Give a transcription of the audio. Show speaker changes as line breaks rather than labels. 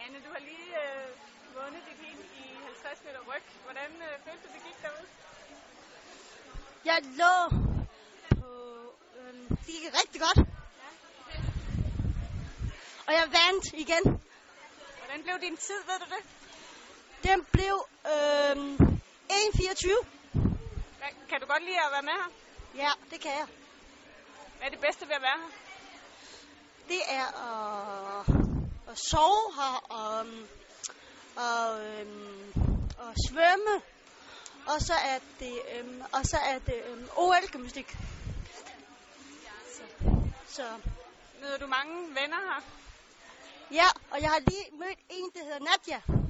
Hanne, du har lige øh, vundet dit heat i 50 meter ryg. Hvordan øh, følte du, det gik derude?
Jeg lå på... Øhm, det gik rigtig godt. Og jeg vandt igen.
Hvordan blev din tid, ved du det?
Den blev øhm, 1.24.
Hvad, kan du godt lide at være med her?
Ja, det kan jeg.
Hvad er det bedste ved at være her?
Det er at, at sove her og, øhm, og, øhm, og svømme. Og så er det, øhm, og så er det øhm, OL-gymnastik. Så, så
Møder du mange venner her?
ja, og jeg har lige mødt en, der hedder Nadia.